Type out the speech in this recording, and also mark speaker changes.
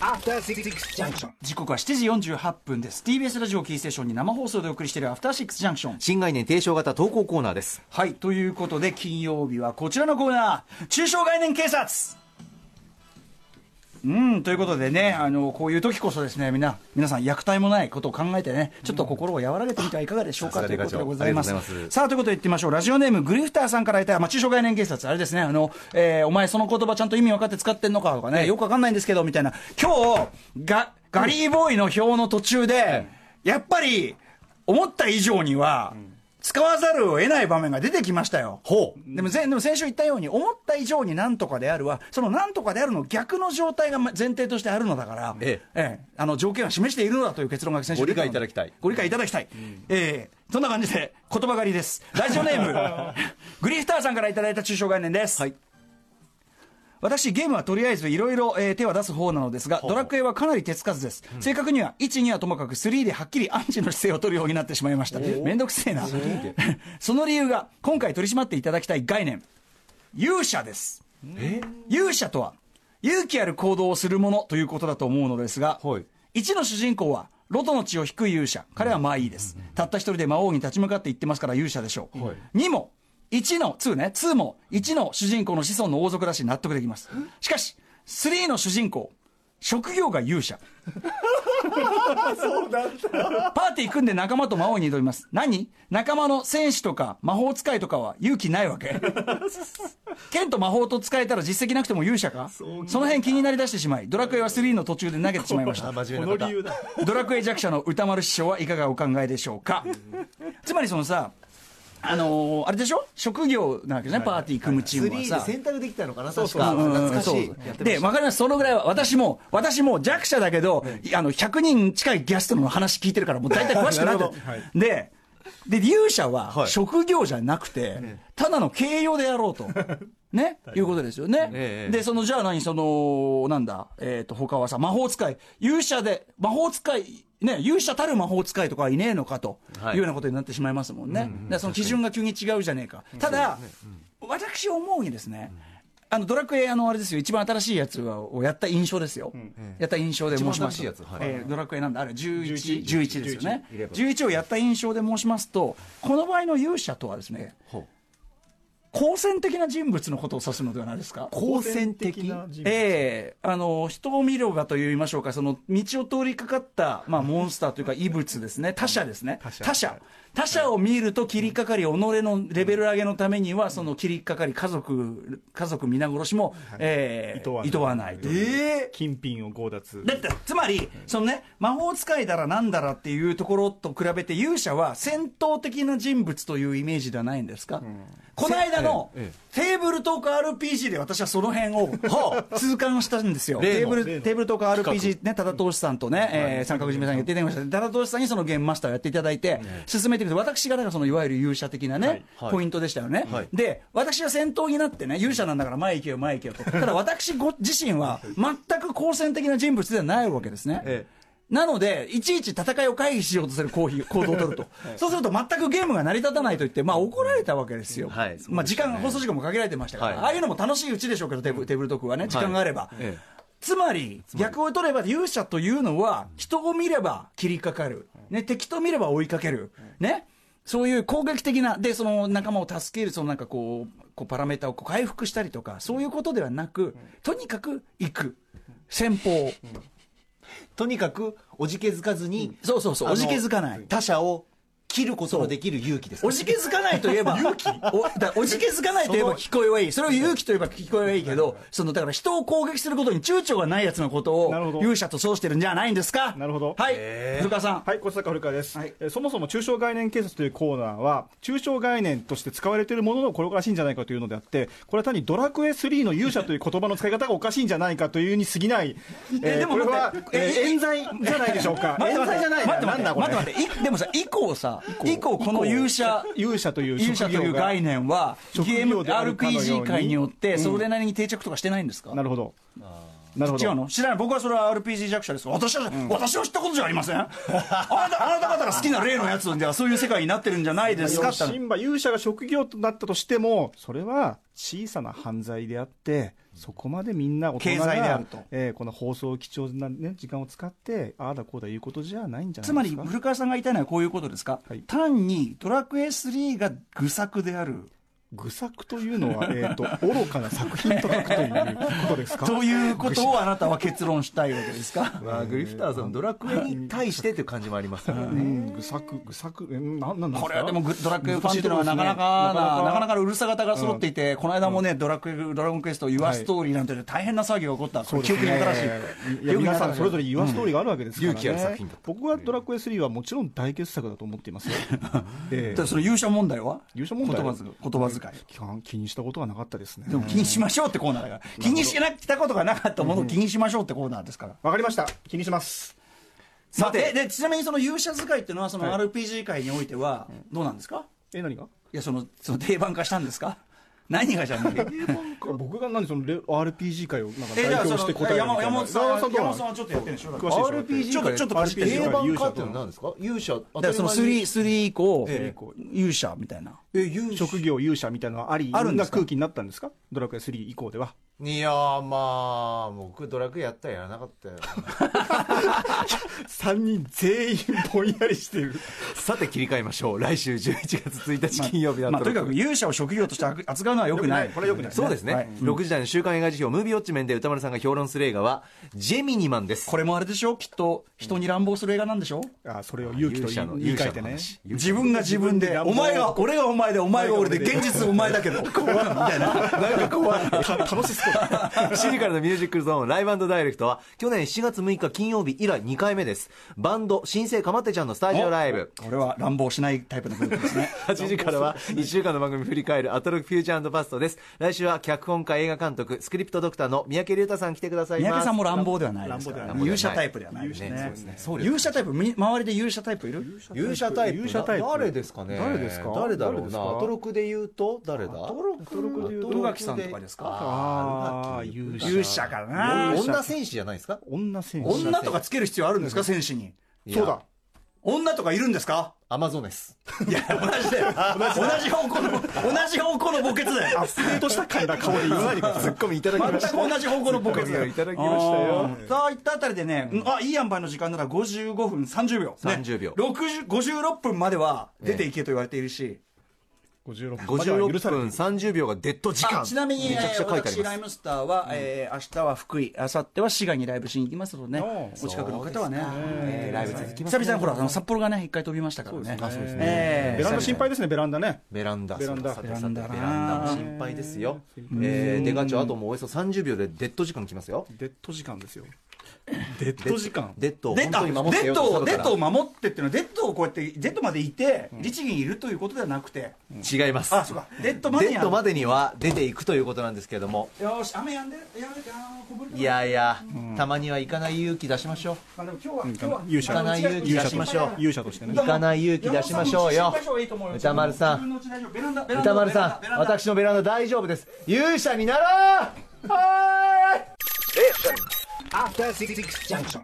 Speaker 1: After Six Junction.
Speaker 2: 時刻は7時48分です TBS ラジオキーステーションに生放送でお送りしているアフターシックスジャンクション
Speaker 3: 新概念提唱型投稿コーナーです
Speaker 2: はいということで金曜日はこちらのコーナー中小概念警察うんということでねあのこういう時こそですねみんな皆さん虐待もないことを考えてねちょっと心を和らげてみてはいかがでしょうか、
Speaker 3: さ
Speaker 2: と
Speaker 3: すが
Speaker 2: いう
Speaker 3: で
Speaker 2: ことでございます
Speaker 3: 課長ありがとうございます
Speaker 2: さあということで言ってみましょうラジオネームグリフターさんからいただいた、まあ、中小概念警察あれですねあの、えーお前その言葉ちゃんと意味分かって使ってんのかとかね、よく分かんないんですけどみたいな今日ガガリーボーイの表の途中で、やっぱり思った以上には、使わざるを得ない場面が出てきましたよ。
Speaker 3: ほう
Speaker 2: でも前でも先週言ったように、思った以上になんとかであるは、そのなんとかであるの逆の状態が前提としてあるのだから、
Speaker 3: え
Speaker 2: ええあの条件は示しているのだという結論が先週
Speaker 3: ご理解
Speaker 2: 出ので
Speaker 3: いただきたい
Speaker 2: ご理解いただきたい、ええそんな感じで、言葉狩りです、ラジオネ ーム、グリフターさんからいただいた中小概念です。
Speaker 3: はい
Speaker 2: 私ゲームはとりあえずいろいろえー手は出す方なのですがドラクエはかなり手つかずです、正確には12はともかく3ではっきりアンチの姿勢を取るようになってしまいましためんどくせえな その理由が今回取り締まっていただきたい概念勇者です勇者とは勇気ある行動をするものということだと思うのですが、
Speaker 3: はい
Speaker 2: 一の主人公はロトの血を引く勇者彼はまあいいです、たった一人で魔王に立ち向かっていってますから勇者でしょう、
Speaker 3: はい
Speaker 2: 2も1の2ね2も1の主人公の子孫の王族だし納得できますしかし3の主人公職業が勇者パーティー組んで仲間と魔王に挑みます何仲間の戦士とか魔法使いとかは勇気ないわ け剣と魔法と使えたら実績なくても勇者かその辺気になりだしてしまいドラクエは3の途中で投げてしまいま した
Speaker 3: あ真面目な方
Speaker 4: だ
Speaker 2: ドラクエ弱者の歌丸師匠はいかがお考えでしょうかつまりそのさあのーあれでしょ職業なわけじゃないパーティー組むチームは
Speaker 3: 3
Speaker 2: さ
Speaker 3: で選択できたのかな確
Speaker 2: う
Speaker 3: か
Speaker 2: んうん
Speaker 3: 懐かしい
Speaker 2: そう
Speaker 3: やってま
Speaker 2: で、
Speaker 3: した
Speaker 2: わかります。そのぐらいは、私も、私も弱者だけど、あの、100人近いギャストの話聞いてるから、もう大体詳しくなってるで、で、勇者は
Speaker 3: はい
Speaker 2: 職業じゃなくて、ただの形容でやろうと。 ね、いうことですよね。
Speaker 3: ええ
Speaker 2: で、その、じゃあ何、その、なんだ、えっ、と、他はさ、魔法使い、勇者で、魔法使い、ね、勇者たる魔法使いとかはいねえのかと
Speaker 3: はい
Speaker 2: いうようなことになってしまいますもんね。だからその基準が急に違うじゃねえか。ただ、私思うにですね、あのドラクエ、あのあれですよ、一番新しいやつはをやった印象ですよ、やった印象で申します
Speaker 3: 一番新しいやつはい
Speaker 2: えードラクエなんだ、あれ、11、11ですよね
Speaker 3: 11
Speaker 2: 11をやった印象で申しますと、この場合の勇者とはですね、
Speaker 3: ほう
Speaker 2: 好戦的な人物のことを指すのではないですか。
Speaker 3: 好戦的
Speaker 2: ええあの人を見ればと言いましょうか、その道を通りかかった、まあ、モンスターというか、異物です ね、他者ですね、他者、他者を見ると、切りかかり、己のレベル上げのためには、その切りかかり、家族、家族皆殺しも、ええ
Speaker 4: い
Speaker 2: い
Speaker 4: と
Speaker 2: と
Speaker 4: わ
Speaker 2: わ
Speaker 4: な
Speaker 2: ないいという。
Speaker 4: 金品を強奪
Speaker 2: だってつまりそのね魔法使いだらなんだらっていうところと比べて勇者は戦闘的な人物というイメージではないんですか、この間の
Speaker 3: え
Speaker 2: テーブルトーク RPG で私はその辺 を痛感したんですよ
Speaker 3: 例
Speaker 2: テー
Speaker 3: の
Speaker 2: ブル
Speaker 4: 例の
Speaker 2: テーブルトーク RPG ね多田投資さんとね、えー三角締めさんがやっていただきました多田投資さんにそのゲームマスターをやっていただいて、進めていくと私がだからそのいわゆる勇者的なね、
Speaker 3: はい
Speaker 2: ポイントでしたよね、
Speaker 3: はい
Speaker 2: で私は先頭になってね勇者なんだから前行けよ前行け よとただ私ご自身は全く好戦的な人物ではないわけですね、
Speaker 3: え
Speaker 2: なので、いちいち戦いを回避しようとする行為行動を 取ると、そうすると全くゲームが成り立たないと言って、まあ、怒られたわけですよ、
Speaker 3: はいそうですね
Speaker 2: まあ、時間放送時間も限られてましたから、
Speaker 3: はい
Speaker 2: ああいうのも楽しいうちでしょうけど、テーブルテーブルトークはね、時間があれば、
Speaker 3: ええ
Speaker 2: つまり、逆を取れば勇者というのは、人を見れば切りかかる、ね、敵と見れば追いかける、ね、そういう攻撃的な、で、その仲間を助ける、そのなんかこう、こうパラメータをこう回復したりとか、そういうことではなく、とにかく行く、先方、
Speaker 3: とにかくおじけづかずに
Speaker 2: そうそうそう、
Speaker 3: あの
Speaker 2: おじけづかない。
Speaker 3: 他者を切ることのできる勇気です
Speaker 2: おじけづかないといえば、勇気おだおじけづかないといえば聞こえはいい。それを勇気といえば聞こえはいいけど、その、だから人を攻撃することに躊躇がないやつのこと
Speaker 4: なるほ
Speaker 2: を
Speaker 4: ど、
Speaker 2: 勇者と称してるんじゃないんですか
Speaker 4: なるほど
Speaker 2: はい。古川さん。
Speaker 4: はい、小坂古川です、
Speaker 2: はい
Speaker 4: えーそもそも中小概念警察というコーナーは、中小概念として使われているもののこれおかしいんじゃないかというのであって、これは単にドラクエ3の勇者という言葉の使い方がおかしいんじゃないかというに過 ぎない、えー
Speaker 2: でも
Speaker 4: これは
Speaker 2: 待っ、て
Speaker 4: えー
Speaker 2: え
Speaker 4: 冤罪じゃないでしょうか、
Speaker 2: 待って
Speaker 4: 冤
Speaker 2: 待
Speaker 4: 罪
Speaker 2: って
Speaker 4: じゃない
Speaker 2: 待って
Speaker 4: な、な
Speaker 2: 待
Speaker 4: ん
Speaker 2: っ
Speaker 4: だ
Speaker 2: て
Speaker 4: これ
Speaker 2: 待って、待っていでもさ、以降さ、以降この勇者、
Speaker 4: 勇者という
Speaker 2: 勇者
Speaker 4: 職
Speaker 2: とい
Speaker 4: 業
Speaker 2: う
Speaker 4: が
Speaker 2: 概念は、
Speaker 4: 職
Speaker 2: ゲーム
Speaker 4: 業であるかのように
Speaker 2: RPG 界によって、それなりに定着とかしてないんですか
Speaker 4: なるほどなるほど
Speaker 2: 違うの知らない僕はそれは RPG 弱者です私は、私は知ったことじゃありません あなたあなた方が好きな例のやつではそういう世界になってるんじゃないですかって
Speaker 4: 新馬勇者が職業となったとしてもそれは小さな犯罪であってそこまでみんな大人が
Speaker 2: 経済であると
Speaker 4: えーこの放送貴重な、ね、時間を使ってああだこうだいうことじゃないんじゃ
Speaker 2: つ
Speaker 4: な
Speaker 2: ま
Speaker 4: いで
Speaker 2: り
Speaker 4: すか
Speaker 2: 古川さんが言いたいのはこういうことですか、
Speaker 4: はい
Speaker 2: 単にドラクエ3が愚策である
Speaker 4: 愚作というのは、えー、と愚かな作品と書くということで すか
Speaker 2: ということをあなたは結論したいわけですか
Speaker 3: まあ、グリフターさん、ドラクエに対してという感じもありますから
Speaker 4: う
Speaker 3: ね。
Speaker 4: ん愚作愚作えーなんなんですか
Speaker 2: これはでもグドラクエファンっていうのはな
Speaker 4: 難し
Speaker 2: か
Speaker 4: い
Speaker 2: な
Speaker 4: とこ
Speaker 2: か
Speaker 4: ろですね
Speaker 2: ななかなかのうるさ型が揃っていて、この間もね、ドラクエドラゴンクエスト、ユアストーリーなんて大変な騒ぎが起こった、
Speaker 4: そうです
Speaker 2: 記
Speaker 4: ね
Speaker 2: 憶に新しい。
Speaker 4: いや
Speaker 2: よく
Speaker 4: 皆さんそれぞれ言わストーリーがあるわけですから、ね
Speaker 3: 勇気ある作品だった
Speaker 4: 僕は「ドラクエ3」はもちろん大傑作だと思って いますよ、え
Speaker 2: で
Speaker 4: え
Speaker 2: その勇者問題は
Speaker 4: 勇者問題
Speaker 2: 言葉遣い言葉遣い
Speaker 4: 気は気にしたことはなかったですね
Speaker 2: でも気にしましょうってコーナーだから気にしなきたことがなかったものを気にしましょうってコーナーですから、
Speaker 4: わかりました気にします
Speaker 2: さてでちなみにその勇者使いっていうのはその RPG 界においてはどうなんですか、い、
Speaker 4: え何が
Speaker 2: やそのその定番化したんですか何がじゃない
Speaker 4: 僕が何そのレ RPG 界をなんか
Speaker 2: え
Speaker 4: 代
Speaker 2: じゃあ
Speaker 4: 表
Speaker 2: そ
Speaker 4: して
Speaker 2: の
Speaker 4: 答えるみ
Speaker 2: 山
Speaker 4: たいな
Speaker 2: 山本さんは
Speaker 4: ど
Speaker 2: 山
Speaker 4: うな
Speaker 2: 本
Speaker 4: の
Speaker 2: さんはちょっとやってるでしょだから
Speaker 4: 詳しいでし
Speaker 2: ちょ
Speaker 3: RPG
Speaker 4: ょ
Speaker 2: っと
Speaker 3: 界
Speaker 2: ちょっと走ってる
Speaker 3: 定番化っていうのは何ですか勇者、
Speaker 2: だからその
Speaker 3: 当たり前に
Speaker 2: 3、3以降、
Speaker 3: え
Speaker 2: 勇者みたいな。
Speaker 3: え、勇者
Speaker 4: 職業勇者みたいなのはあり
Speaker 2: あるんですか
Speaker 4: な空気になったんですかドラクエ3以降ではい
Speaker 3: やーまあ、僕、ドラクエやったらやらなかったよ。
Speaker 4: 3人全員ぼんやりしてる
Speaker 3: さて、切り替えましょう。来週11月1日金曜日は
Speaker 2: まあ、
Speaker 3: ド
Speaker 2: と
Speaker 3: ラ
Speaker 2: に
Speaker 3: クエ
Speaker 2: かく勇者を職業として扱うのはよくない。
Speaker 4: 良くないこれは良くない
Speaker 3: そうですね、
Speaker 2: はい
Speaker 3: 6時台の週刊映画辞表、ムービーウォッチメンで歌丸さんが評論する映画は、ジェミニマンです。
Speaker 2: これもあれでしょきっと人に乱暴する映画なんでしょ
Speaker 4: あそれを勇気と言い言い換えてね
Speaker 2: 自分が自分で、
Speaker 4: 自
Speaker 2: お
Speaker 4: 分で乱暴
Speaker 2: 前が、俺がお前で、お前が俺で、
Speaker 4: 俺が
Speaker 2: 現実お前だけど、怖いみたいな。
Speaker 3: なんか 怖い。
Speaker 4: た楽しそうだ
Speaker 3: シニカルのミュージックゾーンライブダイレクトは去年7月6日金曜日以来2回目ですバンド新生かまってちゃんのスタジオライブ
Speaker 2: これは乱暴しないタイプのグループですね。
Speaker 3: 8時からは1週間の番組振り返るアトロックフューチャーパストです来週は脚本家映画監督スクリプトドクターの三宅龍太さん来てください
Speaker 2: 三
Speaker 3: ま
Speaker 2: 宅
Speaker 3: す
Speaker 2: さんも乱暴ではないですから、
Speaker 4: 乱
Speaker 3: 暴ではない
Speaker 2: 勇者タイプではないですね
Speaker 3: ねそうですねそうですね
Speaker 2: 勇者タイプ、み周りで勇者タイプいる
Speaker 3: 勇者タイプ
Speaker 4: 勇者タイプ
Speaker 3: な誰ですかね
Speaker 4: 誰ですか
Speaker 3: 誰だろ
Speaker 4: 誰
Speaker 3: う
Speaker 4: です
Speaker 3: な
Speaker 4: か
Speaker 3: アトロクで言うと誰だアトロク
Speaker 4: ロクで言うと
Speaker 2: 宇垣さんとかですか
Speaker 3: あ
Speaker 4: あー
Speaker 3: ー宇垣
Speaker 2: 勇者かな
Speaker 3: 女戦士じゃないですか
Speaker 4: 女戦士
Speaker 2: 女とかつける必要あるんですか戦士に。
Speaker 3: いや
Speaker 4: そうだ
Speaker 2: 女とかいるんですか
Speaker 3: アマゾネス
Speaker 2: いや、同じだよ。同じ方向の、同じ方向の墓穴だよ。
Speaker 4: スケートした回な顔で言わないでくださ
Speaker 3: ツ
Speaker 4: い
Speaker 3: ッコミいただき
Speaker 2: 全
Speaker 3: ました
Speaker 2: く同じ方向の墓穴だよ。
Speaker 3: いただきましたよ
Speaker 2: あー。さあ、いったあたりでね、うんあ、いい塩梅の時間なら55分30秒。ね
Speaker 3: 30秒
Speaker 2: 60 56分までは出ていけと言われているし。
Speaker 4: 56分までは許
Speaker 3: 56
Speaker 4: されて
Speaker 3: 分
Speaker 4: る
Speaker 3: 30秒がデッド時間
Speaker 2: あちなみに、
Speaker 3: めちゃくちゃ書いてあ
Speaker 2: 私、
Speaker 3: り
Speaker 2: ライ
Speaker 3: ます
Speaker 2: ムスターは、えー明日は福井、明後日は滋賀にライブしに行きますのでね、お
Speaker 4: う
Speaker 2: 近くの方はね、えー
Speaker 3: ライブ続きます
Speaker 2: 久々にほら、あの札幌がね、一回飛びましたからね。あそうですね。
Speaker 4: ベランダ心配ですねベランダね
Speaker 3: ベランダ
Speaker 4: ベランダ
Speaker 3: さてさて
Speaker 2: ベランダな
Speaker 3: ベランダも心配ですよえー出ガチョあともうおよそ30秒でデッド時間きますよ
Speaker 4: デッド時間ですよデッド時間
Speaker 3: デッドを
Speaker 2: デッ
Speaker 3: 本
Speaker 2: ド
Speaker 3: 当に守ってよと
Speaker 2: をデッドを
Speaker 3: 外か
Speaker 2: 守ってっていうのはデッドをこうやってデッドまでいて、律儀にいるということではなくて、
Speaker 3: ら違います
Speaker 2: あそうかデッドまでに
Speaker 3: デッドまでには出ていくということなんですけれども
Speaker 2: よーし雨やんでやめてあーこぼれた
Speaker 3: いやいやたまには行かない勇気出しましょう
Speaker 2: まあでも今日は今日は
Speaker 4: 勇者
Speaker 2: あの
Speaker 3: 行かない勇気
Speaker 2: うち
Speaker 3: 出しましょう
Speaker 4: 勇者としてね
Speaker 3: 行かない勇気出しましょうよ歌丸さん歌丸さん私のベランダ大丈夫です勇者になろうはーい
Speaker 1: After Six Junction.